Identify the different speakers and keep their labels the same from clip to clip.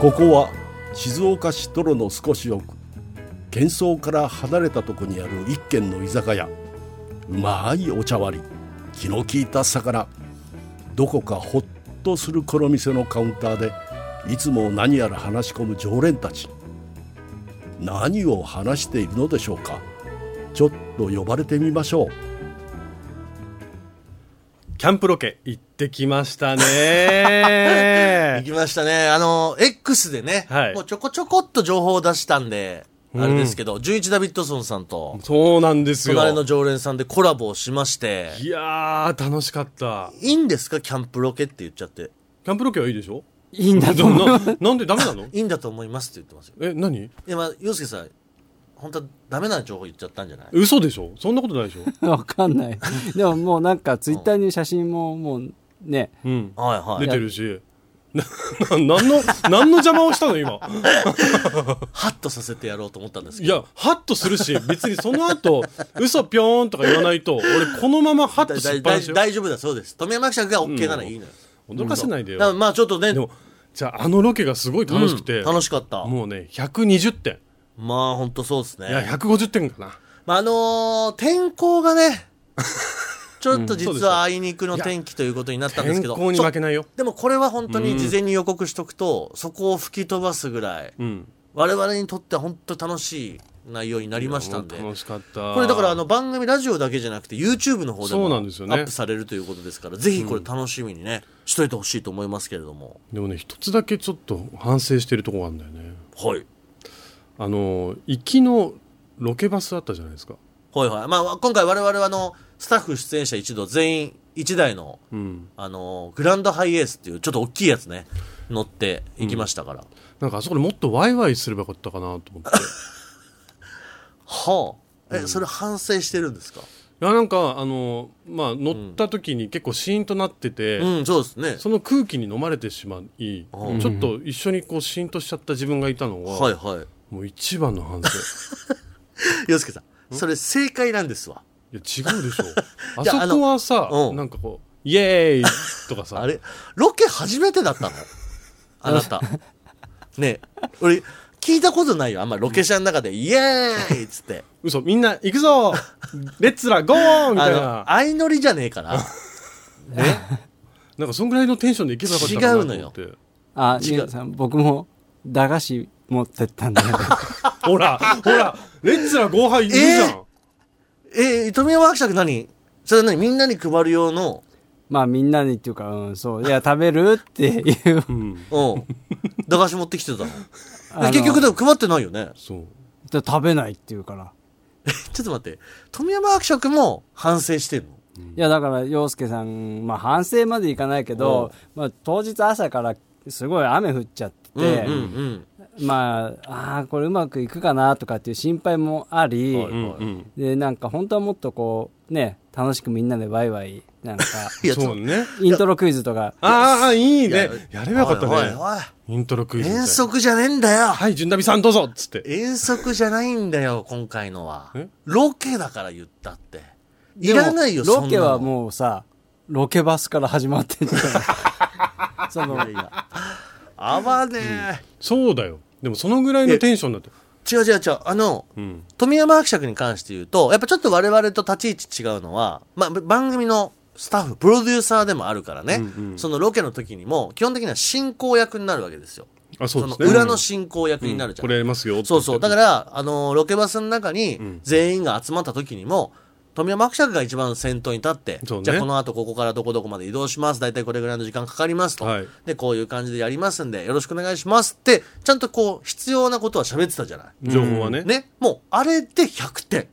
Speaker 1: ここは静岡市泥の少し奥喧騒から離れたとこにある一軒の居酒屋うまいお茶割り気の利いた魚どこかほっとするこの店のカウンターでいつも何やら話し込む常連たち何を話しているのでしょうかちょっと呼ばれてみましょう
Speaker 2: キャンプロケ行ってきましたね
Speaker 3: 行。きましたね。あの、X でね、
Speaker 2: はい
Speaker 3: もうちょこちょこっと情報を出したんで、あれですけど、11ダビッドソンさんと、
Speaker 2: そうなんですよ。
Speaker 3: 隣の常連さんでコラボをしまして、
Speaker 2: いやー、楽しかった。
Speaker 3: いいんですかキャンプロケって言っちゃって。
Speaker 2: キャンプロケはいいでしょ
Speaker 4: いいんだ
Speaker 2: で
Speaker 4: と思
Speaker 2: も
Speaker 4: う。
Speaker 2: な、なんでダメなの
Speaker 3: いいんだと思いますって言ってますよ。
Speaker 2: え、何
Speaker 3: いや、まあ、洋介さん、本当はダメな情報言っちゃったんじゃない
Speaker 2: 嘘でしょそんなことないでしょ
Speaker 4: わかんない。でももうなんかツイッターに写真ももうね、
Speaker 2: うん。
Speaker 3: はいは
Speaker 2: 出
Speaker 3: い。
Speaker 2: てるし。な、な、なんの、なんの邪魔をしたの今。
Speaker 3: ハッとさせてやろうと思ったんですけ
Speaker 2: い
Speaker 3: ど。
Speaker 2: や、ハッとするし、別にその後、嘘ぴょーんとか言わないと、俺このままハッと
Speaker 3: だ
Speaker 2: しっ
Speaker 3: だ
Speaker 2: ぱな
Speaker 3: だ
Speaker 2: しよ。
Speaker 3: 大丈夫だそうです。富山記者が OK ならいいのよ。
Speaker 2: 驚かせないで
Speaker 3: だから
Speaker 2: よ。
Speaker 3: まあちょっとね、
Speaker 2: でも、じゃああのロケがすごい楽しくて、
Speaker 3: うん楽しかった。
Speaker 2: もうね、120点。
Speaker 3: まあ本当そうですね。
Speaker 2: いや、150点かな。
Speaker 3: まあ、あのー天候 がね、ちょっと
Speaker 2: そうで
Speaker 3: 実
Speaker 2: すよ
Speaker 3: はあいにくの天気ということになったんです
Speaker 2: 天
Speaker 3: けど、
Speaker 2: 候に負け
Speaker 3: ちょ
Speaker 2: ないよ。
Speaker 3: でもこれは本当に事前に予告しとくと、そこを吹き飛ばすぐらい、
Speaker 2: うん。
Speaker 3: 我々にとっては本当楽しい内容になりましたんで。
Speaker 2: 楽しかった。
Speaker 3: これだからあの番組ラジオだけじゃなくて YouTube の方でも
Speaker 2: そう
Speaker 3: ア
Speaker 2: なんですよね
Speaker 3: ップされるということですからぜひこれ楽しみにねしといてほしいと思いますけれども
Speaker 2: でもね、一つだけちょっと反省してるとこがあるんだよね。
Speaker 3: はい
Speaker 2: あの、行きのロケバスあったじゃないですか。
Speaker 3: はいはいまあ今回我々はあのスタッフ出演者一同全員1台の
Speaker 2: うん。
Speaker 3: あのグランドハイエースっていうちょっと大きいやつね乗って行きましたから、
Speaker 2: なんかあそこでもっとワイワイすればよかったかなと 思って。
Speaker 3: はあえ、それ反省してるんですか
Speaker 2: いや、なんか、あの、まあ、乗った時に結構シーンとなってて、
Speaker 3: うんそうですね
Speaker 2: その空気に飲まれてしまい、
Speaker 3: うん
Speaker 2: ちょっと一緒にこうシーンとしちゃった自分がいたのが、
Speaker 3: はいはい
Speaker 2: もう一番の反省。
Speaker 3: 洋介さんそれ正解なんですわ
Speaker 2: いや、違うでしょ。あ
Speaker 3: いや
Speaker 2: そこはさ、
Speaker 3: あのうん
Speaker 2: なんかこう、イエーイとかさ、
Speaker 3: あれロケ初めてだったのあ なた。ねえ俺、聞いたことないよ。あんまロケ車の中で、イエーイっつ って。
Speaker 2: 嘘、みんな行く ぞレッツラゴーみ
Speaker 3: あ
Speaker 2: たい
Speaker 3: の、
Speaker 2: な。
Speaker 3: 相乗りじゃねえから。
Speaker 2: なんかそんぐらいのテンションで行けばよかったかなと思って。
Speaker 4: あ、
Speaker 3: 違う
Speaker 4: ゆうさん、僕も駄菓子持ってったんで。
Speaker 2: ほら、ほら、レッツラゴー杯いるじゃん。
Speaker 3: えーえー、富山伯爵何それ何みんなに配る用の、
Speaker 4: まあみんなにっていうか、うん、そう。いや、食べるっていう。
Speaker 2: うん、
Speaker 3: うん。駄菓子持ってきてたの。
Speaker 4: あの
Speaker 3: 結局でも配ってないよね。
Speaker 2: そう。
Speaker 4: 食べないっていうから。
Speaker 3: ちょっと待って。富山伯爵も反省してるの
Speaker 4: いや、だから、洋介さん、まあ、反省までいかないけど、まあ、当日朝からすごい雨降っちゃって、
Speaker 3: うんうん
Speaker 4: まあ、ああ、これうまくいくかなとかっていう心配もあり、
Speaker 2: うんうん。
Speaker 4: で、なんか本当はもっとこう、ね、楽しくみんなでワイワイ、な んか、
Speaker 3: うん。いや、ち
Speaker 2: そ
Speaker 3: ょ
Speaker 2: う
Speaker 3: っ
Speaker 2: ね。
Speaker 4: イントロクイズとか、
Speaker 2: あーあー、いい
Speaker 3: と。い
Speaker 2: ね。やればよかった
Speaker 3: おいおい
Speaker 2: ね。
Speaker 3: おい
Speaker 2: イントロクイズみたいな。
Speaker 3: 遠足じゃねえんだよ。
Speaker 2: はい、順ダビさんどうぞっつって。
Speaker 3: 遠足じゃないんだよ、今回のは
Speaker 2: え。
Speaker 3: ロケだから言ったって。い
Speaker 4: でも
Speaker 3: らないよ、
Speaker 4: ロケは
Speaker 3: う。
Speaker 4: もうさ、ロケバスから始まってんじ ゃん。その、
Speaker 3: あわねえ。
Speaker 2: そうだよ。でもそのぐらいのテンションだった。
Speaker 3: 違う違う違う。あの、
Speaker 2: うん。
Speaker 3: 富山伯爵に関して言うと、やっぱちょっと我々と立ち位置違うのは、まあ、番組のスタッフ、プロデューサーでもあるからね、
Speaker 2: うんうん
Speaker 3: そのロケの時にも、基本的には進行役になるわけですよ。
Speaker 2: あ、そうです
Speaker 3: の
Speaker 2: ね。
Speaker 3: 裏の進行役になるじゃん。
Speaker 2: これやりますよ。、
Speaker 3: そうそう。だからら、あのーロケバスの中に
Speaker 2: ん
Speaker 3: 全員が集まった時にも、富山伯爵が一番先頭に立って、
Speaker 2: そうね
Speaker 3: じゃあこの後ここからどこどこまで移動します。だいたいこれぐらいの時間かかりますと。
Speaker 2: はい
Speaker 3: で、こういう感じでやりますんで、よろしくお願いしますって、ちゃんとこう、必要なことは喋ってたじゃない。
Speaker 2: 情報はね。
Speaker 3: ね。もう、あれで100点。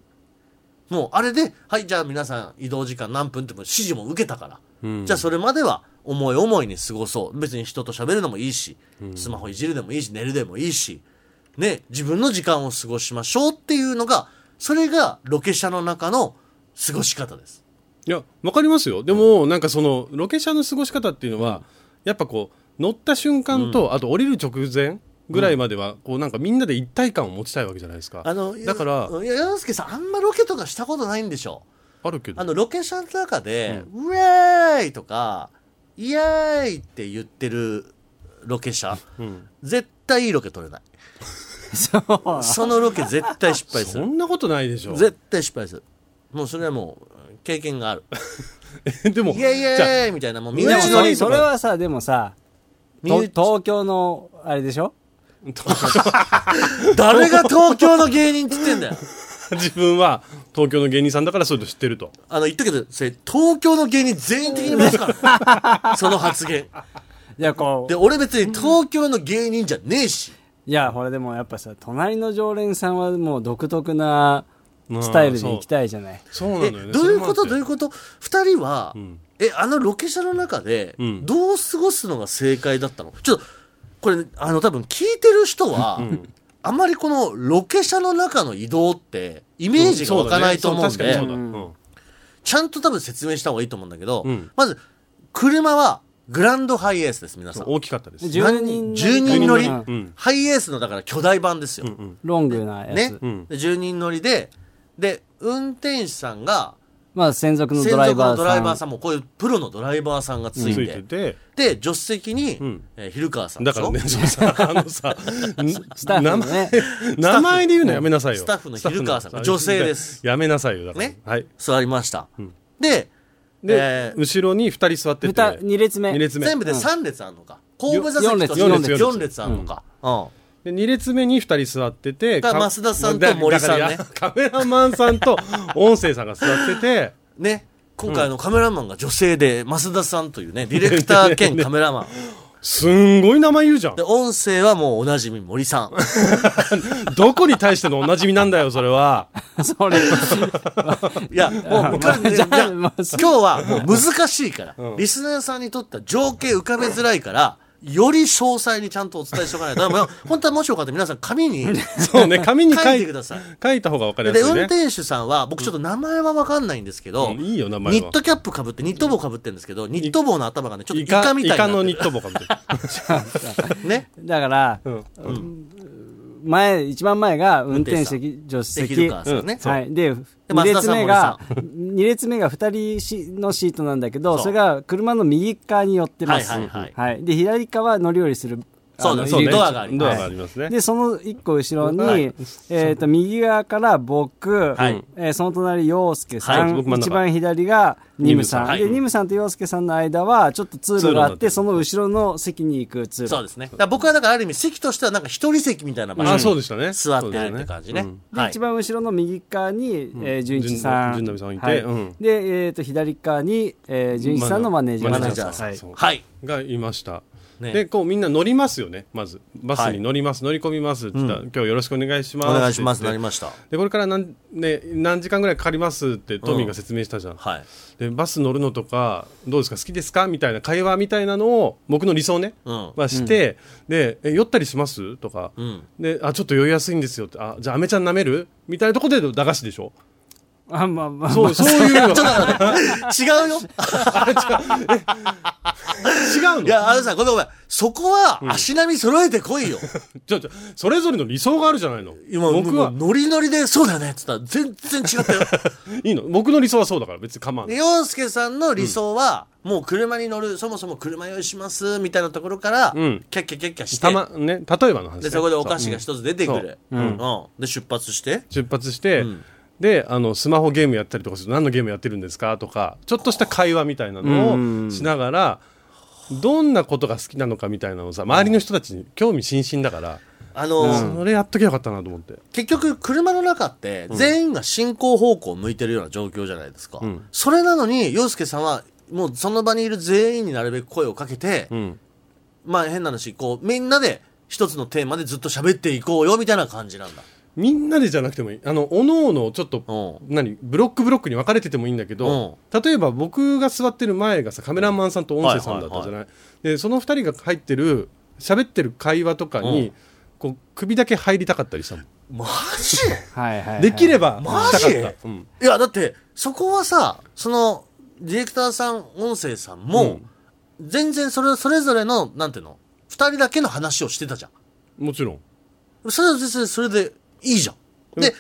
Speaker 3: もう、あれで、はい、じゃあ皆さん移動時間何分っても指示も受けたから。
Speaker 2: うん
Speaker 3: じゃあそれまでは思い思いに過ごそう。別に人と喋るのもいいし、スマホいじるでもいいし、寝るでもいいし、ね、自分の時間を過ごしましょうっていうのが、それがロケ車の中の過ごし方です。
Speaker 2: いや、わかりますよ。でも、なんかその、ロケ車の過ごし方っていうのは、やっぱこう、乗った瞬間と、あと降りる直前ぐらいまでは、こうなんかみんなで一体感を持ちたいわけじゃないですか。
Speaker 3: あの、
Speaker 2: だから、
Speaker 3: いや、洋介さん、あんまロケとかしたことないんでしょ
Speaker 2: あるけど
Speaker 3: あ、の、ロケ車の中で、ウェーイとか、イエーイって言ってるロケ車、
Speaker 2: うん
Speaker 3: 絶対いいロケ 撮れない
Speaker 4: そう
Speaker 3: そのロケ絶対失敗す
Speaker 2: そ
Speaker 3: る
Speaker 2: んなことないでしょ
Speaker 3: 絶対失敗するもうそれはもう経験がある
Speaker 2: でも
Speaker 3: イエイイ
Speaker 2: じゃあ
Speaker 3: エイみたいなもう身
Speaker 4: で
Speaker 3: 内
Speaker 4: も
Speaker 2: 上の
Speaker 4: そ
Speaker 2: いいとこ
Speaker 4: それはさでもさ
Speaker 3: 身
Speaker 4: と
Speaker 3: 内
Speaker 4: 東京のあれでしょ
Speaker 3: 誰が東京の芸人って言ってんだよ
Speaker 2: 自分は東京の芸人さんだからそういうの知ってると
Speaker 3: あの言っとくけどそれ東京の芸人全員的に見ますから ねその発言
Speaker 4: いやこう
Speaker 3: で俺別に東京の芸人じゃねえし
Speaker 4: いやほらでもやっぱさ隣の常連さんはもう独特なスタイルで行きたいじゃない
Speaker 2: そうな
Speaker 3: え
Speaker 2: のよね
Speaker 3: どういうことどういう
Speaker 2: こ
Speaker 3: こと二人は、えあのロケ車の中で
Speaker 2: ん
Speaker 3: どう過ごすのが正解だったのちょっとこれねあの多分聞いてる人は、あまりこのロケ車の中の移動ってイメージが湧かないと思うんで、
Speaker 2: 確かにそう
Speaker 3: ちゃんと多分説明した方がいいと思うんだけど、
Speaker 2: うん
Speaker 3: まず車はグランドハイエースです皆さ
Speaker 2: だ、
Speaker 3: ん
Speaker 2: うん、大きかったです
Speaker 4: 10人乗り
Speaker 3: 10人乗り、
Speaker 4: うん
Speaker 2: うん
Speaker 3: ハイエースのだから巨大版ですよ、
Speaker 4: ロングなやつ、
Speaker 3: ね、
Speaker 2: うん
Speaker 3: で10人乗りでで運転手さんが
Speaker 4: まあ専属の
Speaker 3: 専
Speaker 4: ドライ
Speaker 3: 属
Speaker 4: バ
Speaker 3: の
Speaker 4: ーさん
Speaker 3: ドライバーさんもこういうプロのドライバーさんがつい
Speaker 2: つ
Speaker 3: て,、
Speaker 2: いてて
Speaker 3: で助手席に、
Speaker 2: ん
Speaker 3: えー昼川さんで
Speaker 2: だ
Speaker 3: し
Speaker 2: から
Speaker 3: ょ
Speaker 2: ねそのさあのさ
Speaker 4: スタッ
Speaker 2: 名
Speaker 4: フの
Speaker 2: 前
Speaker 4: ね
Speaker 2: 名前で言うのやめなさいよ
Speaker 3: スタッフの昼川さん女性です
Speaker 2: やめなさいよだから
Speaker 3: ね
Speaker 2: はい
Speaker 3: 座りました、で
Speaker 2: で、
Speaker 3: えー
Speaker 2: 後ろに2人座ってて
Speaker 4: 2, 二列目
Speaker 2: 二列目
Speaker 3: 全部で
Speaker 4: うん
Speaker 3: 3列あるのか後部座席と
Speaker 4: 四
Speaker 2: 列四列
Speaker 3: 4列あるのか、うん
Speaker 2: で2列目に2人座ってて
Speaker 3: が
Speaker 2: か
Speaker 3: 増田さんと森さんね
Speaker 2: だからカメラマンさんと音声さんが座ってて
Speaker 3: ね今回あのカメラマンが女性で増田さんというねディレクター 兼カメラマン
Speaker 2: すんごい名前言うじゃん
Speaker 3: で音声はもうおなじみ森さん
Speaker 2: どこに対してのおなじみなんだよそれは
Speaker 4: それ
Speaker 3: い やもう彼
Speaker 4: じ
Speaker 3: じ
Speaker 4: ゃ
Speaker 3: ゃ
Speaker 4: あ
Speaker 3: あ今
Speaker 4: まあ
Speaker 3: 日はもう難しいから、リスナーさんにとっては情景浮かべづらいからより詳細にちゃんとお伝えしておかないとだからもう本当はもしよかったら皆さん紙に
Speaker 2: そうね紙に書
Speaker 3: 書
Speaker 2: い
Speaker 3: いてください
Speaker 2: 書いた方が分かりや
Speaker 3: です
Speaker 2: い
Speaker 3: 運
Speaker 2: ね
Speaker 3: 転手さんは僕ちょっと名前は分かんないんですけど、
Speaker 2: うんいいよ名前は
Speaker 3: ニットキャップかぶってニット帽かぶってるんですけどニット帽の頭がねちょっとイカみ
Speaker 2: イ
Speaker 3: たいにな
Speaker 2: カ
Speaker 3: ってる
Speaker 2: のニット帽かみたいな
Speaker 3: ね
Speaker 4: だから、前一番前が運転席助手
Speaker 3: でき
Speaker 4: 席
Speaker 3: るかそうね、
Speaker 4: はい、で2
Speaker 3: 松田
Speaker 4: 列
Speaker 3: さん
Speaker 4: 目が二列目が2人しのシートなんだけど
Speaker 3: そう
Speaker 4: それが車の右側に寄ってます、
Speaker 3: はいはいはい
Speaker 4: で左側は乗り降りするあ
Speaker 3: そう
Speaker 4: の
Speaker 3: だ
Speaker 2: そうね
Speaker 3: ドアがありま
Speaker 2: ドア
Speaker 3: す
Speaker 2: がありますね
Speaker 4: でその1個後ろに、
Speaker 3: はい
Speaker 4: えー、と右側から僕、
Speaker 3: はい
Speaker 4: えーその隣陽介さ
Speaker 2: はい
Speaker 4: ん、
Speaker 2: 僕真ん中
Speaker 4: 一番左がニムさん
Speaker 3: ニムさん
Speaker 4: で
Speaker 3: はい
Speaker 4: ニムさんと陽介さんの間はちょっと通路があって
Speaker 2: 通路
Speaker 4: その後ろの席に行く通路
Speaker 3: そうですね。だから僕はだからある意味席としてはなんか一人席みたいな場所
Speaker 2: あ
Speaker 3: に
Speaker 2: そうでしたね
Speaker 3: 座ってるって感じね。
Speaker 4: で
Speaker 3: はい
Speaker 4: 一。番後ろの右側に、えー、純一さん
Speaker 2: 純純純波さんいて
Speaker 4: はい
Speaker 2: うん
Speaker 4: で、えー、と左側に、えー、純一さんのマネージャー
Speaker 2: マ
Speaker 3: ネージャー
Speaker 2: さん
Speaker 4: はい
Speaker 2: そう
Speaker 3: はい。
Speaker 2: がいました、
Speaker 3: ね
Speaker 2: でこうみんな乗りますよねまずバスに乗ります、乗り込みますって言ったら、今日よろしくお願いしま
Speaker 3: お
Speaker 2: す
Speaker 3: 願いします。
Speaker 2: って言
Speaker 3: な
Speaker 2: っ
Speaker 3: り
Speaker 2: て
Speaker 3: ました。
Speaker 2: でこれから何,、ね、何時間ぐらいかかりますってトミーが説明したじゃん、
Speaker 3: はい。
Speaker 2: でバス乗るのとかどうですか好きですかみたいな会話みたいなのを僕の理想ね、
Speaker 3: うん
Speaker 2: はして、でえ「酔ったりします?」とか、
Speaker 3: ん
Speaker 2: であ「ちょっと酔いやすいんですよ」って「あじゃあアメちゃん舐める?」みたいなとこで駄菓子でしょ
Speaker 4: あまあまあ
Speaker 2: そう そういうの違
Speaker 3: 違うよ。
Speaker 2: う
Speaker 3: い
Speaker 2: の
Speaker 3: や、あのさん、ごめんごめん。そこは足並み揃えてこいよ。
Speaker 2: ちょちょそれぞれの理想があるじゃないの
Speaker 3: 今、
Speaker 2: 僕
Speaker 3: 僕は
Speaker 2: は
Speaker 3: ノリノリで、そうだよねって言ったら全然違 ったよ。
Speaker 2: いいの僕の理想はそうだから別に構わな
Speaker 3: で
Speaker 2: い
Speaker 3: 洋介さんの理想は、もう車に乗る、そもそも車用意します、みたいなところから、キャ
Speaker 2: ん
Speaker 3: ッキャキャッキャしたて、
Speaker 2: まね例えばの話ね
Speaker 3: で、そこでお菓
Speaker 2: そ
Speaker 3: 子
Speaker 2: う
Speaker 3: が一つ出てくる。うん。で、出発して、
Speaker 2: 出発して、であのスマホゲームやったりとかすると何のゲームやってるんですかとかちょっとした会話みたいなのをしながらどんなことが好きなのかみたいなのをさ周りの人たちに興味津々だから、
Speaker 3: あの、
Speaker 2: それやっときゃよかったなと思って
Speaker 3: 結局車の中って全員が進行方向を向いてるような状況じゃないですか、
Speaker 2: ん
Speaker 3: それなのに洋介さんはもうその場にいる全員になるべく声をかけて、
Speaker 2: ん
Speaker 3: まあ変な話こうみんなで一つのテーマでずっと喋っていこうよみたいな感じなんだ
Speaker 2: みんなでじゃなくてもいいあのおのおのちょっと
Speaker 3: う
Speaker 2: 何ブロックブロックに分かれててもいいんだけど例えば僕が座ってる前がさカメラマンさんと音声さんだったじゃない,、でその2人が入ってる喋ってる会話とかに、こう首だけ入りたかったりしたもん
Speaker 3: マジ
Speaker 4: はいはいはい
Speaker 2: できれば
Speaker 3: マ
Speaker 2: した
Speaker 3: ジ
Speaker 2: かった、うん
Speaker 3: いやだってそこはさそのディレクターさん音声さんも、全然それそれぞれのなんていうの2人だけの話をしてたじゃん
Speaker 2: もちろん
Speaker 3: それは別にそれでいいじゃん。で、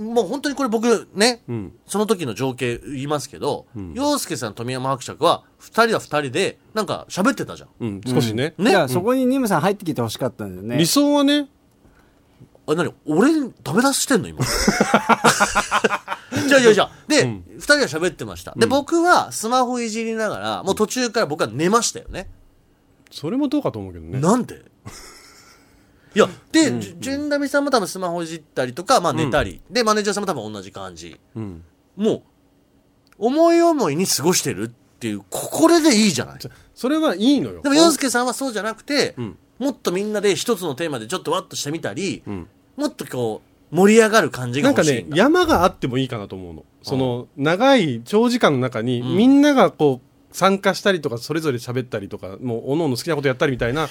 Speaker 3: もう本当にこれ僕ね、
Speaker 2: ん
Speaker 3: その時の情景言いますけど、洋介さん富山伯爵は2人は2人でなんか喋ってたじゃん
Speaker 2: うん、少しね、
Speaker 3: ね
Speaker 4: だからそこにニムさん入ってきてほしかったんだよね。
Speaker 2: 理想はね
Speaker 3: あれ何俺ダメ出ししてんの今 じゃあじゃあじゃあで、2人は喋ってましたで、僕はスマホいじりながらもう途中から僕は寝ましたよね、
Speaker 2: それもどうかと思うけどね
Speaker 3: なんでいやで、じゅ順ダミさんも多分スマホいじったりとか、まあ、寝たり、でマネージャーさんも多分同じ感じ
Speaker 2: うん、
Speaker 3: もう思い思いに過ごしてるっていうここれでいいじゃない
Speaker 2: それはいいのよ
Speaker 3: でも洋介さんはそうじゃなくて、
Speaker 2: ん
Speaker 3: もっとみんなで一つのテーマでちょっとワッとしてみたり、
Speaker 2: ん
Speaker 3: もっとこう盛り上がる感じが
Speaker 2: なんか
Speaker 3: 欲しい
Speaker 2: ね
Speaker 3: んだ
Speaker 2: 山があってもいいかなと思うのその長い長時間の中にみんながこう参加したりとかそれぞれ喋ったりとかもうおのおの好きなことやったりみたいな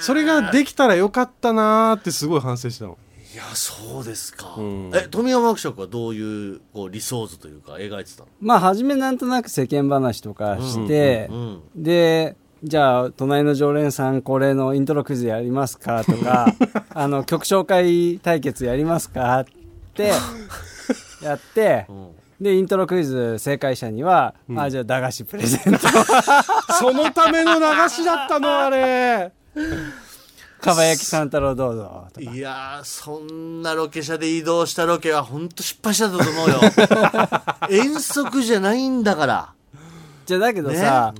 Speaker 2: それができたらよかったなーってすごい反省したの
Speaker 3: いやそうですか、
Speaker 2: ん
Speaker 3: え富山伯爵はどういうこう理想図というか描いてたの
Speaker 4: まあ、初めなんとなく世間話とかして、
Speaker 3: うん
Speaker 4: で、じゃあ、隣の常連さん恒例のイントロクイズやりますかと か、あの、曲紹介対決やります かって、やって、で、イントロクイズ正解者には、あ、じゃあ、駄菓子プレゼント、
Speaker 2: そのための流しだったのあれ
Speaker 4: かば焼き三太郎どうぞ、とか。
Speaker 3: いやーそんなロケ車で移動したロケは本当失敗したと思う よ遠足じゃないんだから
Speaker 4: じゃあだけどさ、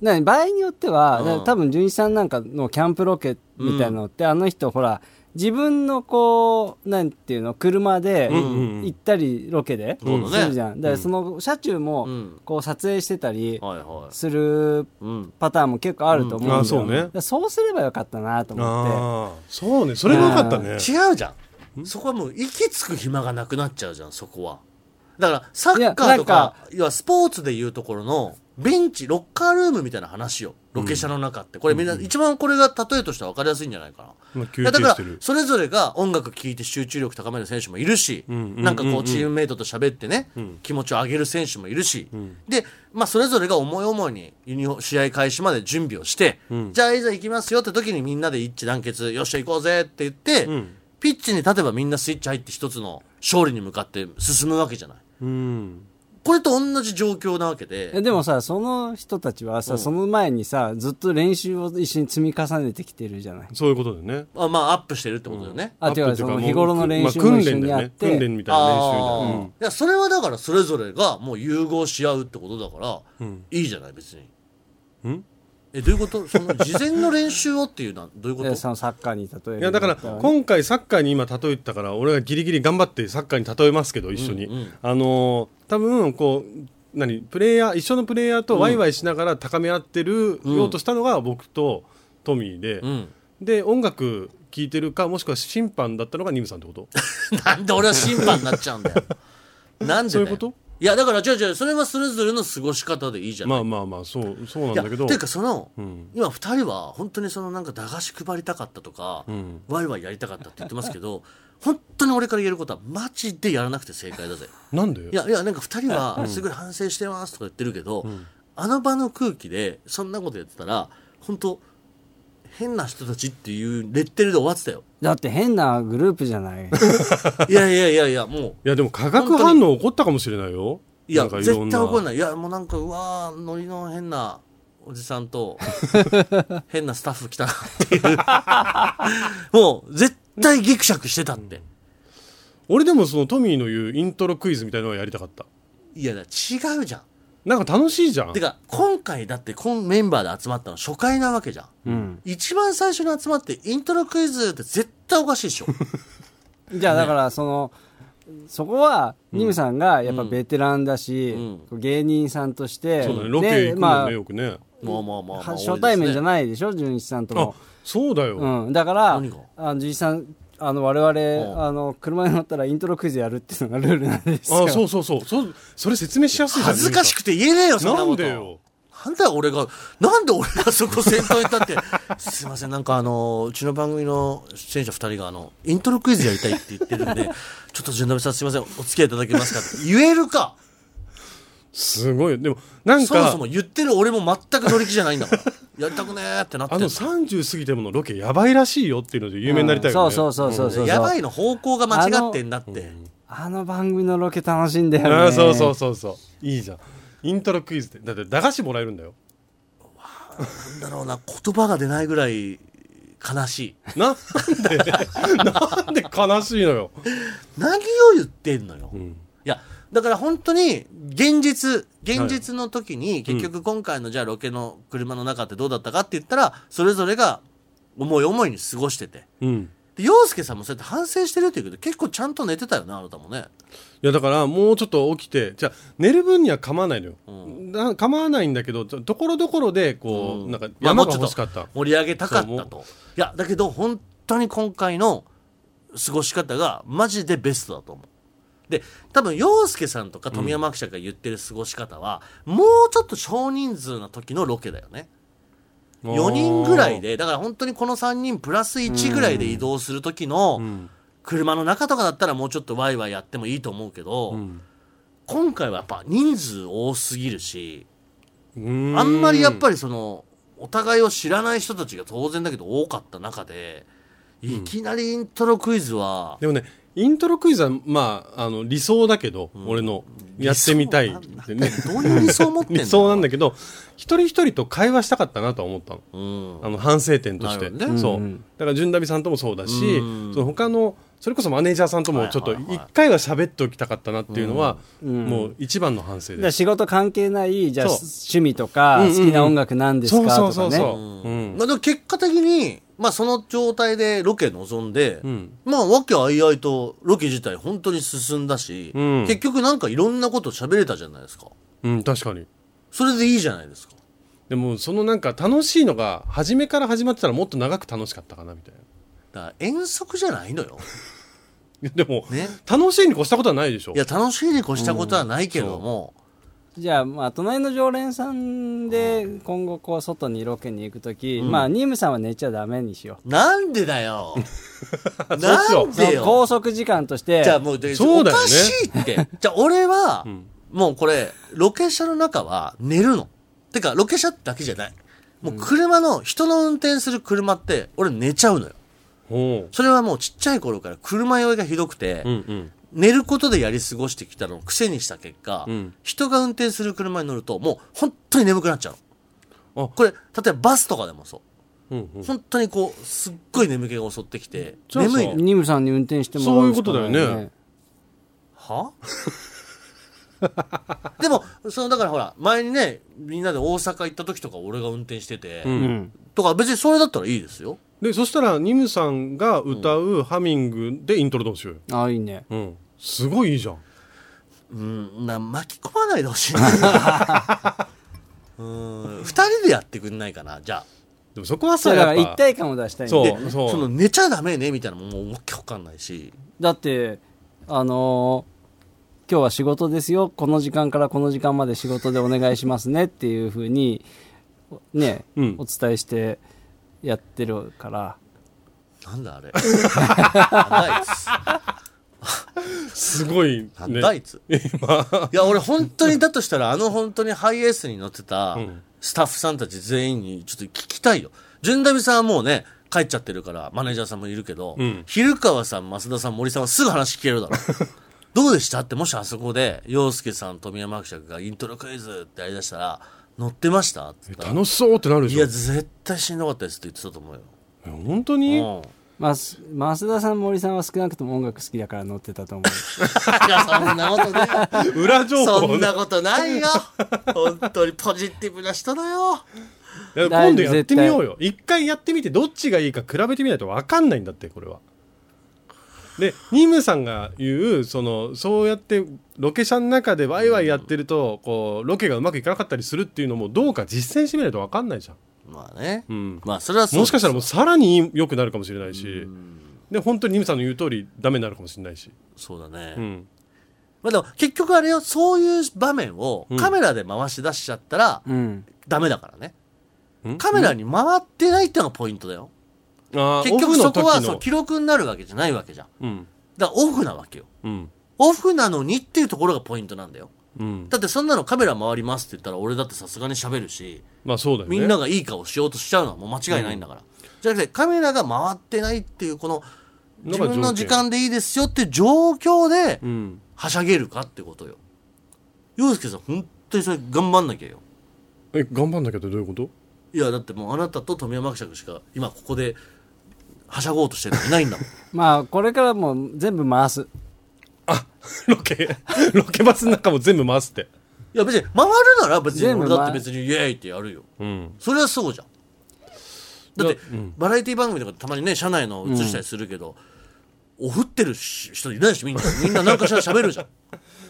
Speaker 4: なに場合によっては、
Speaker 3: うん
Speaker 4: だから多分純一さんなんかのキャンプロケみたいなのって、あの人ほら自分のこうなんていうの車で
Speaker 2: んうんうん
Speaker 4: 行ったりロケで、
Speaker 3: そうだね
Speaker 4: するじゃんだからその車中も
Speaker 3: ん
Speaker 4: こう撮影してたり
Speaker 3: はいはい
Speaker 4: する
Speaker 3: うん
Speaker 4: パターンも結構あると思うんだ
Speaker 2: う
Speaker 4: よ、
Speaker 2: んあそうね
Speaker 4: だからそうすればよかったなと思って
Speaker 2: ああそうねそれがよかったね
Speaker 3: 違うじゃんそこはもう息つく暇がなくなっちゃうじゃんそこはだからサッカーと
Speaker 4: いやな
Speaker 3: か
Speaker 4: んか
Speaker 3: 要はスポーツでいうところのベンチロッカールームみたいな話よロケ車の中って、これみんな、一番これが例えとしては分かりやすいんじゃないか
Speaker 2: ま
Speaker 3: な、
Speaker 2: あ
Speaker 3: い
Speaker 2: 休
Speaker 3: や
Speaker 2: 憩
Speaker 3: だから
Speaker 2: してる
Speaker 3: それぞれが音楽聴いて集中力高める選手もいるし、
Speaker 2: んうん
Speaker 3: なんかこうチームメイトと喋ってね、気持ちを上げる選手もいるし、で、まあ、それぞれが思い思いにユニフォ試合開始まで準備をして、じゃあいざ行きますよって時にみんなで一致団結よっしゃ行こうぜって言って、ピッチに立てばみんなスイッチ入って一つの勝利に向かって進むわけじゃない。
Speaker 2: うん
Speaker 3: これと同じ状況なわけで
Speaker 4: えでもさその人たちはさ、その前にさずっと練習を一緒に積み重ねてきてるじゃない
Speaker 2: そういうことでね
Speaker 3: あまあアップしてるってことだよね。
Speaker 4: あ
Speaker 2: アップ
Speaker 4: 違う
Speaker 2: ってい
Speaker 4: そ
Speaker 2: か
Speaker 4: の
Speaker 2: もう
Speaker 4: 日頃の練習
Speaker 2: まあ
Speaker 4: も
Speaker 2: 訓
Speaker 4: 一緒
Speaker 2: 練だ
Speaker 4: にや
Speaker 2: よ
Speaker 4: っ
Speaker 2: ね
Speaker 4: て、
Speaker 2: 訓練みたいな練習だよ
Speaker 3: ああいやそれはだからそれぞれがもう融合し合うってことだから、いいじゃない別に
Speaker 2: ん
Speaker 3: えどういうことその事前の練習をっていうのはどういうこ
Speaker 4: え
Speaker 3: と
Speaker 4: そのサッカーに例える
Speaker 2: いやだから
Speaker 4: と
Speaker 2: 今回サッカーに今例えたから俺がギリギリ頑張ってサッカーに例えますけど一緒に、
Speaker 3: うんうん
Speaker 2: あのー多分こう何プレイヤー一緒のプレイヤーとワイワイしながら高め合ってるようとしたのが僕とトミーで、
Speaker 3: うん、
Speaker 2: で音楽聴いてるかもしくは審判だったのがニムさんって こと
Speaker 3: なんで俺は審判になっちゃう んだよなんでだよ
Speaker 2: そういうこと
Speaker 3: いやだから違う違うそれはそれぞれの過ごし方でいいじゃん、
Speaker 2: まあまあまあそうそうなん
Speaker 3: いや
Speaker 2: だけど
Speaker 3: ていうかその、
Speaker 2: ん
Speaker 3: 今二人は本当にそのなんか駄菓子配りたかったとか、
Speaker 2: ん
Speaker 3: ワイワイやりたかったって言ってますけど本当に俺から言えることはマジでやらなくて正解だぜ
Speaker 2: なんで
Speaker 3: いやいやなんか2人はすごい反省してますとか言ってるけど、あの場の空気でそんなことやってたら本当変な人たちっていうレッテルで終わってたよ
Speaker 4: だって変なグループじゃない
Speaker 3: いやいやいやいやも
Speaker 2: いやでも化学反応起こったかもしれないよ
Speaker 3: ういや
Speaker 2: なんか
Speaker 3: 絶
Speaker 2: ろん
Speaker 3: 対怒んないいやもうなんかうわーノリの変なおじさん と変なスタッフ来たなっていうもう絶対ギクシャクしてたって、
Speaker 2: 俺でもそのトミーの言うイントロクイズみたいなのはやりたかった
Speaker 3: いやだから違うじゃん
Speaker 2: なんか楽しいじゃん
Speaker 3: てか今回だってこのメンバーで集まったの初回なわけじゃん
Speaker 4: うん
Speaker 3: 一番最初に集まってイントロクイズって絶対おかしいで しょ
Speaker 4: じゃあだからその、そこはニムさんがやっぱベテランだし、芸人さんとして
Speaker 2: そうだねロケ行くもんね、
Speaker 4: まあ
Speaker 2: よくね
Speaker 3: まあまあまあ、まあ、
Speaker 4: は初対面じゃ
Speaker 3: い
Speaker 4: ないでしょ純一さんと
Speaker 2: あ
Speaker 4: も、
Speaker 2: そうだよ、
Speaker 4: うん、だから
Speaker 3: 何が
Speaker 4: あの純一さんあの我
Speaker 3: う
Speaker 4: 々
Speaker 3: ん
Speaker 4: あの車に乗ったらイントロクイズやるっていうのがルールなんですよ
Speaker 2: あそうそうそうそうそれ説明しやすいじゃん
Speaker 3: 恥ずかしくて言えねえよそん
Speaker 2: な
Speaker 3: なこと
Speaker 2: んでよ
Speaker 3: なんだよ俺がなんで俺がそこ先頭に立ってすいませんなんかあのうちの番組の出演者2人があのイントロクイズやりたいって言ってるんでちょっと順延さんすいませんお付き合いいただけますかって言えるか
Speaker 2: すごいでもなんか
Speaker 3: そもそも言ってる俺も全く乗り気じゃないんだからやりたくねえってなって
Speaker 2: あ
Speaker 3: ん
Speaker 2: の
Speaker 3: の
Speaker 2: 30過ぎてものロケやばいらしいよっていうので有名になりたいよね、
Speaker 4: そうそうそうそうそう
Speaker 3: やばいの方向が間違ってんだって、
Speaker 4: あの番組のロケ楽しいんだよ
Speaker 2: あ
Speaker 4: ね
Speaker 2: ーそうそうそうそういいじゃんイントロクイズってだって駄菓子もらえるんだよ
Speaker 3: なんだろうな言葉が出ないぐらい悲しい
Speaker 2: なんで なんで悲しいのよ、
Speaker 3: 何を言ってんのよ、いやだから本当に現実現実の時に結局今回のじゃあロケの車の中ってどうだったかって言ったらそれぞれが思い思いに過ごしてて
Speaker 2: うん、
Speaker 3: で陽介さんもそうやって反省してるっていうけど結構ちゃんと寝てたよねあなたもね
Speaker 2: いやだからもうちょっと起きてじゃあ寝る分には構わないのよ、
Speaker 3: うん
Speaker 2: な構わないんだけどとところどころでこう、なんか
Speaker 3: まあ
Speaker 2: 山
Speaker 3: もう
Speaker 2: が
Speaker 3: ちょっ
Speaker 2: 欲
Speaker 3: と
Speaker 2: しかった、
Speaker 3: 盛り上げたかっ
Speaker 2: そうも
Speaker 3: たといやだけど本当に今回の過ごし方がマジでベストだと思うで多分陽介さんとか富山記者が言ってる過ごし方は、もうちょっと少人数の時のロケだよね4人ぐらいでだから本当にこの3人プラス1ぐらいで移動する時の
Speaker 2: ん
Speaker 3: 車の中とかだったらもうちょっとワイワイやってもいいと思うけど、
Speaker 2: ん
Speaker 3: 今回はやっぱ人数多すぎるし
Speaker 2: うー
Speaker 3: あんまりやっぱりそのお互いを知らない人たちが当然だけど多かった中でいきなりイントロクイズは、
Speaker 2: でもねイントロクイズはまああの理想だけど、俺のやってみたい
Speaker 3: 理想
Speaker 2: ってね
Speaker 3: どういう理想を持ってんの
Speaker 2: 理想なんだけど一人一人と会話したかったなとは思ったの
Speaker 3: うん
Speaker 2: あの反省点として、
Speaker 3: なるほどね
Speaker 2: そううん
Speaker 4: うん
Speaker 2: だから順旅さんともそうだし、
Speaker 3: うん
Speaker 2: その他のそれこそマネージャーさんともちょっと
Speaker 3: はいはいはい
Speaker 2: 一回は喋っておきたかったなっていうのは、
Speaker 4: うん
Speaker 2: もう一番の反省
Speaker 4: じゃ
Speaker 2: で
Speaker 4: あ
Speaker 2: す、
Speaker 4: 仕事関係ないじゃあ
Speaker 2: そう
Speaker 4: 趣味とか
Speaker 2: うんうん
Speaker 4: 好
Speaker 2: うん
Speaker 4: きな音楽なんです
Speaker 2: そう
Speaker 4: か
Speaker 2: そう
Speaker 4: とか
Speaker 2: そうそ
Speaker 4: ね
Speaker 2: う、う
Speaker 3: うん
Speaker 2: ん
Speaker 3: まあ、でも結果的に、まあ、その状態でロケ臨んで、
Speaker 2: ん
Speaker 3: まあ和気あいあいとロケ自体本当に進んだし、
Speaker 2: うん
Speaker 3: 結局なんかいろんなこと喋れたじゃないですか
Speaker 2: うん、確かに
Speaker 3: それでいいじゃないですか
Speaker 2: でもそのなんか楽しいのが初めから始まってたらもっと長く楽しかったかなみたいな
Speaker 3: だから遠足じゃないのよ
Speaker 2: いやでも、
Speaker 3: ね
Speaker 2: 楽しいに越したことはないでしょ
Speaker 3: いや楽しいに越したことはないけども、
Speaker 4: じゃあまあ隣の常連さんで今後こう外にロケに行く時まあニームさんは寝ちゃダメにしよ
Speaker 3: なんでだ よな
Speaker 2: そうしようん
Speaker 4: うそ
Speaker 3: で
Speaker 4: の
Speaker 3: よ
Speaker 4: 拘束時間として
Speaker 3: じゃあもうで、
Speaker 2: そうだよね
Speaker 3: おかしい って。じゃあ俺は、もうこれ、ロケ車の中は寝るの。てか、ロケ車だけじゃない。もう車の、人の運転する車って、俺寝ちゃうのよ。
Speaker 2: おう
Speaker 3: それはもうちっちゃい頃から車酔いがひどくて、
Speaker 2: うんうん
Speaker 3: 寝ることでやり過ごしてきたのを癖にした結果、
Speaker 2: ん
Speaker 3: 人が運転する車に乗ると、もう本当に眠くなっちゃうの。
Speaker 2: あ
Speaker 3: これ、例えばバスとかでもそう。
Speaker 2: うんうん
Speaker 3: 本当にこう、すっごい眠気が襲ってきて、
Speaker 2: じゃあさ
Speaker 3: 眠いのよ
Speaker 4: ニームさんに運転してもらうしかない
Speaker 2: そういうことだよね
Speaker 3: は でもそのだからほら前にねみんなで大阪行った時とか俺が運転してて、
Speaker 2: うん
Speaker 4: うん
Speaker 3: とか別にそれだったらいいですよ
Speaker 2: でそしたらニムさんが歌うハミングでイントロどうしようよ、
Speaker 4: ああいいね
Speaker 2: うん、すごいいいじゃん
Speaker 3: うんな巻き込まないで ほしいなうん2人でやってくんないかなじゃあ
Speaker 2: でもそこは
Speaker 4: そ
Speaker 2: さ
Speaker 4: うだから
Speaker 2: やっぱ
Speaker 4: 一体感を出したいんだよ
Speaker 2: そ
Speaker 3: で
Speaker 2: う
Speaker 3: その寝ちゃダメねみたいなのももうわけわかんないし
Speaker 4: だってあのー今日は仕事ですよこの時間からこの時間まで仕事でお願いしますねっていうふうにね、
Speaker 2: うん
Speaker 4: お伝えしてやってるから
Speaker 3: なんだ あれなんだあいつ
Speaker 2: すごいね
Speaker 3: なん だあいつ、 いや俺本当にだとしたらあの本当にハイエースに乗ってた
Speaker 2: ん
Speaker 3: スタッフさんたち全員にちょっと聞きたいよ順ダビさんはもうね帰っちゃってるからマネージャーさんもいるけど、
Speaker 2: ん
Speaker 3: 昼川さん増田さん森さんはすぐ話聞けるだろ どうでしたってもしあそこで陽介さん富山伯爵がイントロクイズってやりだしたら乗ってましたって言ったら
Speaker 2: 楽しそうってなるで
Speaker 3: い
Speaker 2: しょ
Speaker 3: や絶対しんどかったですって言ってたと思うよ、
Speaker 2: 本当に、
Speaker 3: うん
Speaker 4: まあ、す増田さん森さんは少なくとも音楽好きだから乗ってたと思う
Speaker 3: いやそんなことね
Speaker 2: 裏情報
Speaker 3: そん
Speaker 2: ね
Speaker 3: なことないよ本当にポジティブな人だよ
Speaker 2: いや今度やってみようよ一回やってみてどっちがいいか比べてみないと分かんないんだってこれはでニムさんが言うそのそうやってロケ車の中でワイワイやってると、こうロケがうまくいかなかったりするっていうのもどうか実践してみないと分かんないじゃん
Speaker 3: まあね、
Speaker 2: ん
Speaker 3: まあそれはそう
Speaker 2: もしかしたら
Speaker 3: ら
Speaker 2: もうさらに良くなるかもしれないしで本当にニムさんの言う通りダメになるかもしれないし、
Speaker 3: そうだね、
Speaker 2: うん、
Speaker 3: まあでも結局あれよそういう場面をカメラで回し出しちゃったら
Speaker 4: うん
Speaker 3: ダメだからね、
Speaker 2: うん
Speaker 3: カメラに回ってないってのがポイントだよ、
Speaker 2: あー
Speaker 3: 結
Speaker 2: オ
Speaker 3: 局
Speaker 2: フの
Speaker 3: そ
Speaker 2: 時
Speaker 3: こ
Speaker 2: の
Speaker 3: はそう記録になるわけじゃないわけじゃん
Speaker 2: うん
Speaker 3: だからオフなわけよ
Speaker 2: うん
Speaker 3: オフなのにっていうところがポイントなんだよ
Speaker 2: うん
Speaker 3: だってそんなのカメラ回りますって言ったら俺だってさすがに喋るし
Speaker 2: まあそうだよね
Speaker 3: みんながいい顔しようとしちゃうのはもう間違いないんだから、じゃなくてカメラが回ってないっていうこの
Speaker 2: のが
Speaker 3: 自
Speaker 2: 条件
Speaker 3: 分の時間でいいですよっていう状況で
Speaker 2: うん
Speaker 3: はしゃげるかってことよ洋介さん本当にそれ頑張んなきゃよ
Speaker 2: え頑張んなきゃってどういうこと
Speaker 3: いやだってもうあなたと富山伯爵しか今ここではしゃごうとしてるのいないんだもん
Speaker 4: まあこれからもう全部回す
Speaker 2: ロケ、ロケバスの中も全部回すって。
Speaker 3: いや別に回るなら別に
Speaker 4: 全部
Speaker 3: 俺
Speaker 4: 回
Speaker 3: だって別にイエーイってやるよ
Speaker 2: うん。
Speaker 3: それはそうじゃんだって
Speaker 2: いやうん
Speaker 3: バラエティ番組とかたまにね社内の映したりするけど、お振ってるし人いないしみんなみんな何かしら喋るじゃん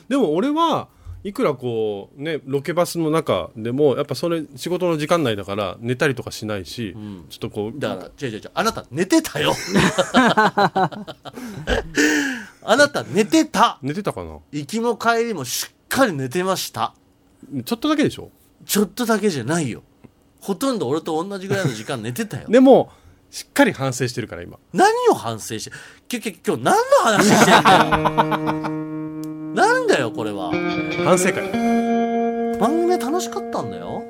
Speaker 2: でも俺はいくらこうねロケバスの中でもやっぱそれ仕事の時間内だから寝たりとかしないし、ちょっとこう
Speaker 3: だから違う違う違うあなた寝てたよ あなた寝てた
Speaker 2: 寝てたかな
Speaker 3: 行きも帰りもしっかり寝てました
Speaker 2: ちょっとだけでしょ
Speaker 3: ちょっとだけじゃないよほとんど俺と同じぐらいの時間寝てたよ
Speaker 2: でもしっかり反省してるから今
Speaker 3: 何を反省して結局今日何の話してんだよ なんだよこれは
Speaker 2: 反省会
Speaker 3: 番組は楽しかったんだよ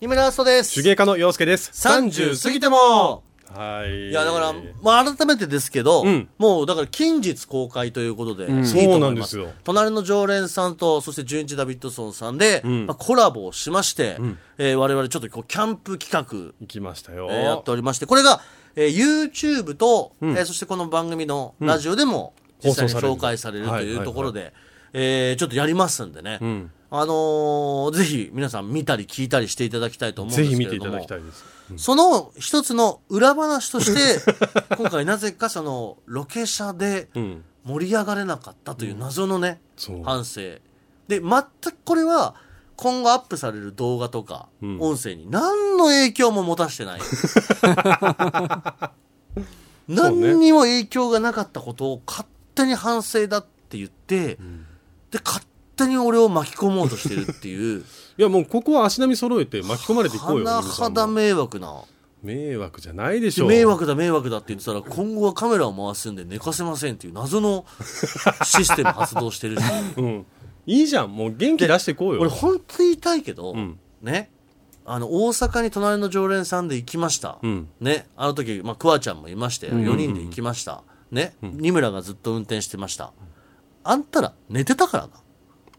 Speaker 3: 木村ストです
Speaker 2: 手芸家の陽介です
Speaker 3: 30過ぎても
Speaker 2: はい
Speaker 3: いやだから、まあ、改めてですけど、
Speaker 2: うん
Speaker 3: もうだから近日公開ということで、いいと思い
Speaker 2: そうなんですよ
Speaker 3: 隣の常連さんとそして純一ダビッドソンさんで、
Speaker 2: うん
Speaker 3: まあ、コラボをしまして、えー我々ちょっとこうキャンプ企画
Speaker 2: 行きましたよ、
Speaker 3: えーやっておりまして、これが、えー YouTube と、えーそしてこの番組のラジオでも、
Speaker 2: うん
Speaker 3: 実際に
Speaker 2: 放送される
Speaker 3: 紹介されると
Speaker 2: はい
Speaker 3: い
Speaker 2: はいうはい
Speaker 3: ところで、えーちょっとやりますんでね。
Speaker 2: ん
Speaker 3: あのーぜひ皆さん見たり聞いたりしていただきたいと思うんです
Speaker 2: ぜ
Speaker 3: けれ
Speaker 2: ひ
Speaker 3: ども。
Speaker 2: 見ていただきたいです
Speaker 3: その一つの裏話と して、今回なぜかそのロケ車で
Speaker 2: うん
Speaker 3: 盛り上がれなかったという謎のね、
Speaker 2: そう
Speaker 3: 反省。で、全くこれは今後アップされる動画とか、
Speaker 2: ん
Speaker 3: 音声に何の影響も持たして ない。何にも影響がなかったことを勝手に反省だって言って、で、勝手に俺を巻き込もうとしてるっていう、
Speaker 2: い やもうここは足並み揃えて巻き込まれていこうよ
Speaker 3: 甚
Speaker 2: 皆さ
Speaker 3: だ
Speaker 2: んも
Speaker 3: 迷惑な。
Speaker 2: 迷惑じゃないでしょ
Speaker 3: 迷惑だ迷惑だって言ってたら今後はカメラを回すんで寝かせませんっていう 謎のシステム発動してるし
Speaker 2: うんいいじゃんもう元気出していこうよ
Speaker 3: 俺本当に言いたいけど、
Speaker 2: ん
Speaker 3: ねあの大阪に隣の常連さんで行きました、
Speaker 2: うん
Speaker 3: ねあの時、まあ、クワちゃんもいましたよ4人で行きました、ね、二村がずっと運転してましたあんたら寝てたからな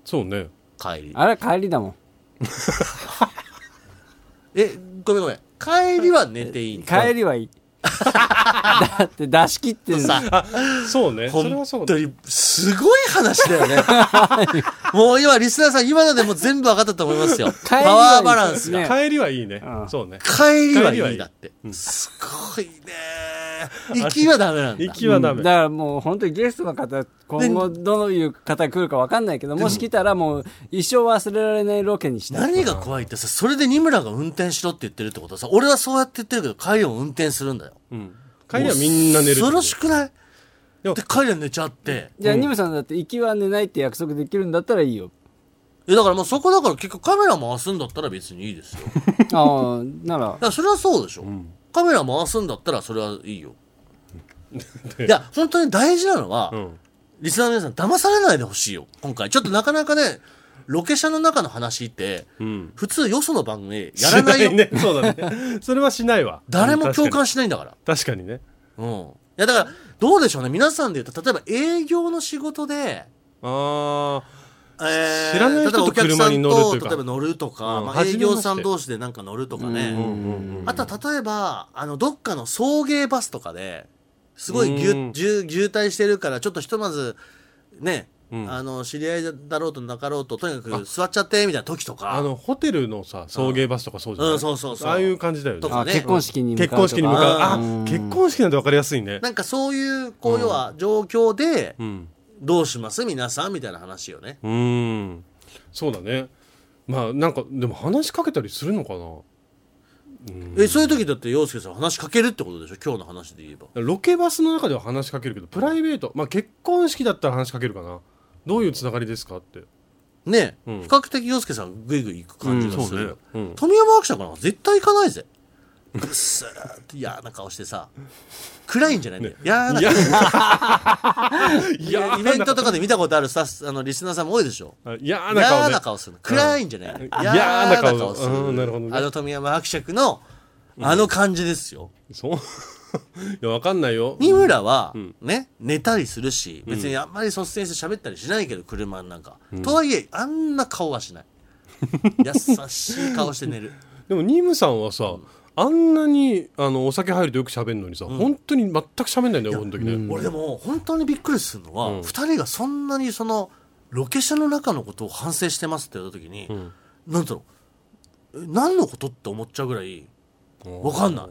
Speaker 2: そうね
Speaker 3: 帰り
Speaker 4: あれ帰りだもん
Speaker 3: えごめんごめん帰りは寝ていい
Speaker 4: 帰りはいいだって出し切ってる
Speaker 3: さ
Speaker 2: そうねそれはそう
Speaker 3: 本
Speaker 2: だ
Speaker 3: 当にすごい話だ よね。もう今、リスナーさん、今のでも全部分かったと思いますよ。
Speaker 4: りはいい
Speaker 3: パワーバランスが。
Speaker 4: ね
Speaker 2: 帰りはいいね
Speaker 4: うん
Speaker 2: そうね
Speaker 3: 帰りは
Speaker 2: 帰りはい
Speaker 3: い
Speaker 2: い
Speaker 3: だって。すごいね。行きはダメなんだ
Speaker 2: 行。きはダ
Speaker 4: う
Speaker 2: メ
Speaker 4: んだからもう本当にゲストの方今後どういう方が来るか分かんないけどもし来たらもう一生忘れられないロケにしたい
Speaker 3: 何が怖いってさ、それで二村が運転しろって言ってるってことはさ、俺はそうやって言ってるけど、帰りを運転するんだよ。
Speaker 2: うん帰りはみんな寝るってこと
Speaker 3: 恐ろしくない
Speaker 2: でも
Speaker 3: で、帰りは寝ちゃって。
Speaker 4: じゃあニムさんだって行きは寝ないって約束できるんだったらいいよ
Speaker 3: え、だからもうそこだから結局カメラ回すんだったら別にいいですよ。だか
Speaker 4: ああなら
Speaker 3: らそれはそうでしょ。カメラ回すんだったらそれは いいよ。いや、本当に大事なのは、
Speaker 2: うん
Speaker 3: リスナーの皆さん、騙されないでほしいよ、今回。ちょっとなかなかね、ロケ車の中の話って、
Speaker 2: うん
Speaker 3: 普通よその番組やらないよ。
Speaker 2: しねそうだ ねそれはしないわ
Speaker 3: 誰も共
Speaker 2: うん
Speaker 3: 感しないんだから。
Speaker 2: 確かに確かにね
Speaker 3: うん。いや、だから、どうでしょうね。皆さんで言うと、例えば営業の仕事で、
Speaker 2: あ
Speaker 3: えー
Speaker 2: 知らない人と
Speaker 3: 例えばお客さん
Speaker 2: 車に乗るというか
Speaker 3: 例えば乗るとか、
Speaker 2: うん
Speaker 3: まあ、
Speaker 2: 初
Speaker 3: 営
Speaker 2: めまして
Speaker 3: 業さん同士でなんか乗るとか
Speaker 2: あ
Speaker 3: ね。
Speaker 2: うん
Speaker 3: あとは例えば、あの、どっかの送迎バスとかで、すごいぎゅ、
Speaker 2: うん
Speaker 3: ぎゅ渋滞してるから、ちょっとひとまず、ね、
Speaker 2: うん
Speaker 3: あの、知り合いだろうとなかろうと、とにかく座っちゃって、みたいな時とか。
Speaker 2: あのホテルのさ送迎バスとかそうじゃない
Speaker 3: うんそうそうそう
Speaker 2: ああいう感じだよね
Speaker 3: とか
Speaker 4: あ
Speaker 3: ね
Speaker 4: 結婚式に向かう
Speaker 2: 結婚式に向かう
Speaker 3: あ
Speaker 2: あ結婚式なんて分かりやすいね
Speaker 3: なんかそういう、こう、要は状況で
Speaker 2: う、ん
Speaker 3: どうします皆さんみたいな話よね。
Speaker 2: うんそうだねまあなんかでも話しかけたりするのかな
Speaker 3: え、そういう時だって、洋介さん話しかけるってことでしょ今日の話で言えば。
Speaker 2: ロケバスの中では話しかけるけどプライベートまあ結婚式だったら話しかけるかなどういうつながりですかって
Speaker 3: ね、
Speaker 2: うん
Speaker 3: 比較的洋介さんグイグイ行く感じがするよ。
Speaker 2: うんそうねうん
Speaker 3: 富山伯爵なんか絶対行かないぜ。ぐっすーって嫌な顔してさ暗いんじゃないんだよ嫌、な
Speaker 2: や
Speaker 3: いやイベントとかで見たことあるスタッフあのリスナーさんも多いでしょ
Speaker 2: 嫌な顔
Speaker 3: 嫌
Speaker 2: ね
Speaker 3: な顔するの暗いんじゃない
Speaker 2: ん
Speaker 3: 嫌
Speaker 2: 嫌な顔
Speaker 3: する
Speaker 2: うんなるほどね
Speaker 3: あの富山伯爵のあの感じですよ
Speaker 2: そういやわかんないよ
Speaker 3: 三村はね寝たりするし別にあんまり率先して喋ったりしないけど車の中とはいえあんな顔はし ない優しい顔して寝る
Speaker 2: でもニムさんはさあんなにあのお酒入るとよく喋るのにさ、本当に全く喋んないんだよこの時ね、
Speaker 3: 俺でも本当にびっくりするのは、二人がそんなにそのロケ車の中のことを反省してますって言った時に、なんだろうえ何のことって思っちゃうぐらいわかんない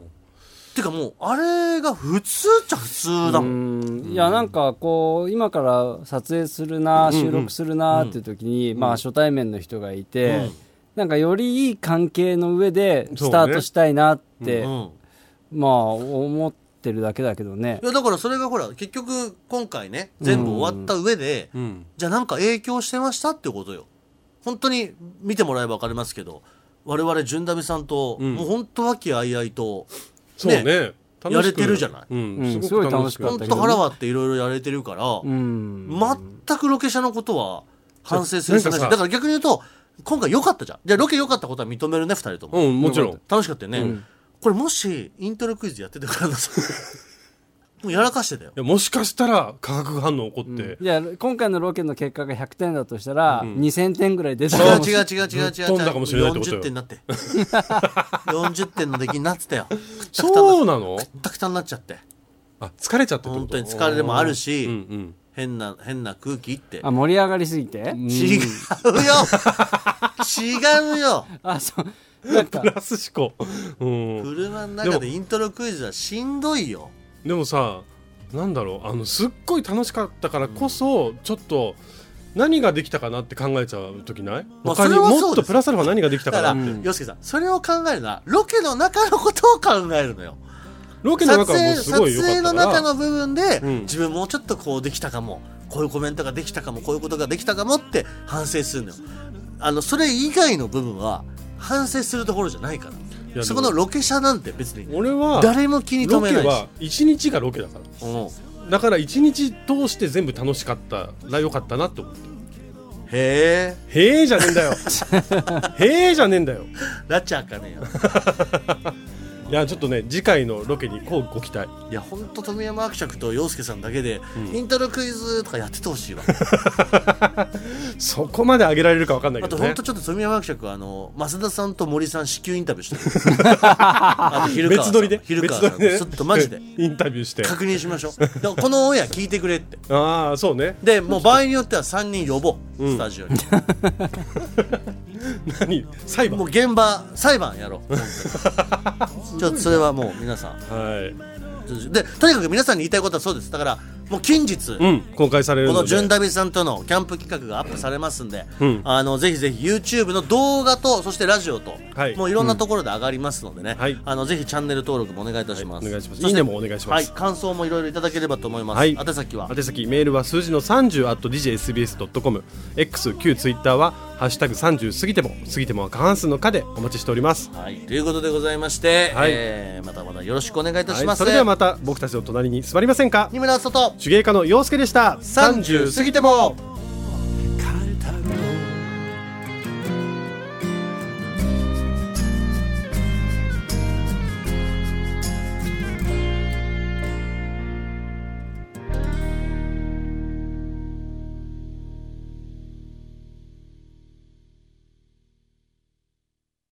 Speaker 3: てかもうあれが普通っちゃ普通だもん、
Speaker 4: うんいやなんかこう今から撮影するな収録するなっていう時にまあ初対面の人がいてなんかよりいい関係の上でスタートしたいなって
Speaker 3: うん
Speaker 4: まあ思ってるだけだけどね
Speaker 3: いやだからそれがほら結局今回ね全部終わった上で、
Speaker 2: ん
Speaker 3: じゃあなんか影響してましたってことよ本当に見てもらえば分かりますけど我々純ダビさんと、もう本当和気あいあいと
Speaker 2: そうね楽しく
Speaker 3: やれてるじゃない
Speaker 2: うん
Speaker 4: うん
Speaker 2: すごく
Speaker 4: すごい
Speaker 2: 楽
Speaker 4: 楽
Speaker 2: し
Speaker 4: し
Speaker 2: く
Speaker 4: かった
Speaker 3: 本当腹割っていろいろやれてるから、
Speaker 4: うん
Speaker 3: 全くロケ車のことは反省する必要ないし
Speaker 2: なんかさ
Speaker 3: だから逆に言うと今回良かったじゃんじゃあロケ良かったことは認めるね2人とも、
Speaker 2: うんもちろん
Speaker 3: 楽しかったよね、これもしイントロクイズやっててからだともうやらかしてたよ
Speaker 2: いやもしかしたら化学反応起こって、
Speaker 4: じゃあ今回のロケの結果が100点だとしたら2000点ぐらい出た
Speaker 3: 違
Speaker 4: かも
Speaker 3: う
Speaker 4: しれ
Speaker 3: 違
Speaker 4: ないう
Speaker 3: 違う違う違う違う
Speaker 2: 飛んだかもしれないってことよ
Speaker 3: 40点になって 40点の出来になってたよ
Speaker 2: そうなの
Speaker 3: くたくたになっちゃって
Speaker 2: あ疲れちゃったってこと
Speaker 3: 本当に疲れもあるし、
Speaker 2: うんうん
Speaker 3: 変な変な空気って
Speaker 4: あ盛り上がりすぎて
Speaker 3: 違うよ違うよ
Speaker 4: あそうなんか
Speaker 2: プラス思考、うん、
Speaker 3: 車の中でイントロクイズはしんどいよ
Speaker 2: でもさなんだろうあのすっごい楽しかったからこそ、ちょっと何ができたかなって考えちゃう時ない
Speaker 3: まあ
Speaker 2: 他に
Speaker 3: それはそう
Speaker 2: もっと
Speaker 3: です
Speaker 2: プラスアルファ何ができた
Speaker 3: だか、
Speaker 2: からなって
Speaker 3: 洋介さんそれを考えるのはロケの中のことを考えるのよ
Speaker 2: ロケの
Speaker 3: 撮
Speaker 2: 中はも
Speaker 3: 影
Speaker 2: うす
Speaker 3: 撮
Speaker 2: ごい良かっ
Speaker 3: 影の
Speaker 2: たから
Speaker 3: 中の部分で、
Speaker 2: うん
Speaker 3: 自分もうちょっとこうできたかもこういうコメントができたかもこういうことができたかもって反省するのよあのそれ以外の部分は反省するところじゃないか
Speaker 2: でも
Speaker 3: らそこのロケ車なんて別に
Speaker 2: 俺は
Speaker 3: 誰も気に留
Speaker 2: ロ
Speaker 3: め
Speaker 2: ケ
Speaker 3: ないし
Speaker 2: は1日がロケだから
Speaker 3: うん
Speaker 2: だから1日通して全部楽しかったら良かったなって思って
Speaker 3: へえ
Speaker 2: へえじゃねえんだ よへえじゃねえんだよ
Speaker 3: ラチャーかねえよ
Speaker 2: いやちょっとね次回のロケにこうご期待
Speaker 3: いや本当富山伯爵と洋介さんだけで、イントロクイズとかやっててほしいわ
Speaker 2: そこまで上げられるか分かんない
Speaker 3: あ
Speaker 2: け
Speaker 3: と
Speaker 2: ど
Speaker 3: 本
Speaker 2: ね
Speaker 3: 当ちょっと富山伯爵はあの増田さんと森さん至急インタビューしてる あと昼川
Speaker 2: 別
Speaker 3: さん
Speaker 2: 撮りで
Speaker 3: 昼川
Speaker 2: 別
Speaker 3: さん
Speaker 2: 撮りで
Speaker 3: ちょっとマジで
Speaker 2: インタビューして
Speaker 3: 確認しましょうでこのオンエア聞いてくれって
Speaker 2: ああそうね
Speaker 3: でもう場合によっては3人呼ぼう、スタジオに
Speaker 2: 何裁判
Speaker 3: もう現場裁判やろ うちょっとそれはもう皆さん
Speaker 2: は
Speaker 3: でとにかく皆さんに言いたいことはそうですだからもう近日、
Speaker 2: い、うん、公開される
Speaker 3: こ
Speaker 2: の
Speaker 3: の
Speaker 2: で
Speaker 3: 純ダビさんとのキャンプ企画がアップされますんで、
Speaker 2: うん
Speaker 3: あのぜひぜひ YouTube の動画とそしてラジオと、
Speaker 2: はい
Speaker 3: もういろんなところで上がりますのでね、
Speaker 2: はい
Speaker 3: あのぜひチャンネル登録もお願いいたします、
Speaker 2: お願いします
Speaker 3: そ
Speaker 2: いい
Speaker 3: て
Speaker 2: ねもお願いしま
Speaker 3: はい
Speaker 2: す
Speaker 3: 感想もいろいろいただければと思います、
Speaker 2: はい
Speaker 3: 宛先は
Speaker 2: 宛先メールは数字の30 at djsbs.com x 旧ツイッターは「ハッシュタグ #30 過ぎても過ぎてもは過半数の課」でお待ちしております
Speaker 3: はいということでございまして、
Speaker 2: はい
Speaker 3: えーまたまたよろしくお願いいたし
Speaker 2: は
Speaker 3: ま
Speaker 2: い、
Speaker 3: す、
Speaker 2: それではまた僕たちの隣に座りませんか
Speaker 3: 二村外
Speaker 2: 手芸家の洋介でした
Speaker 3: 30過ぎても